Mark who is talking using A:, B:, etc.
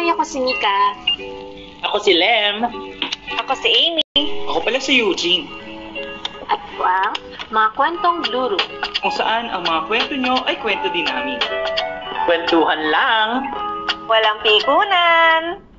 A: Ako si Mika.
B: Ako si Lem.
C: Ako si Amy.
B: Ako pala si Eugene.
A: At ito ang mga kwentong Blue Room.
B: Kung saan ang mga kwento nyo ay kwento din namin. Kwentuhan lang!
C: Walang pikunan!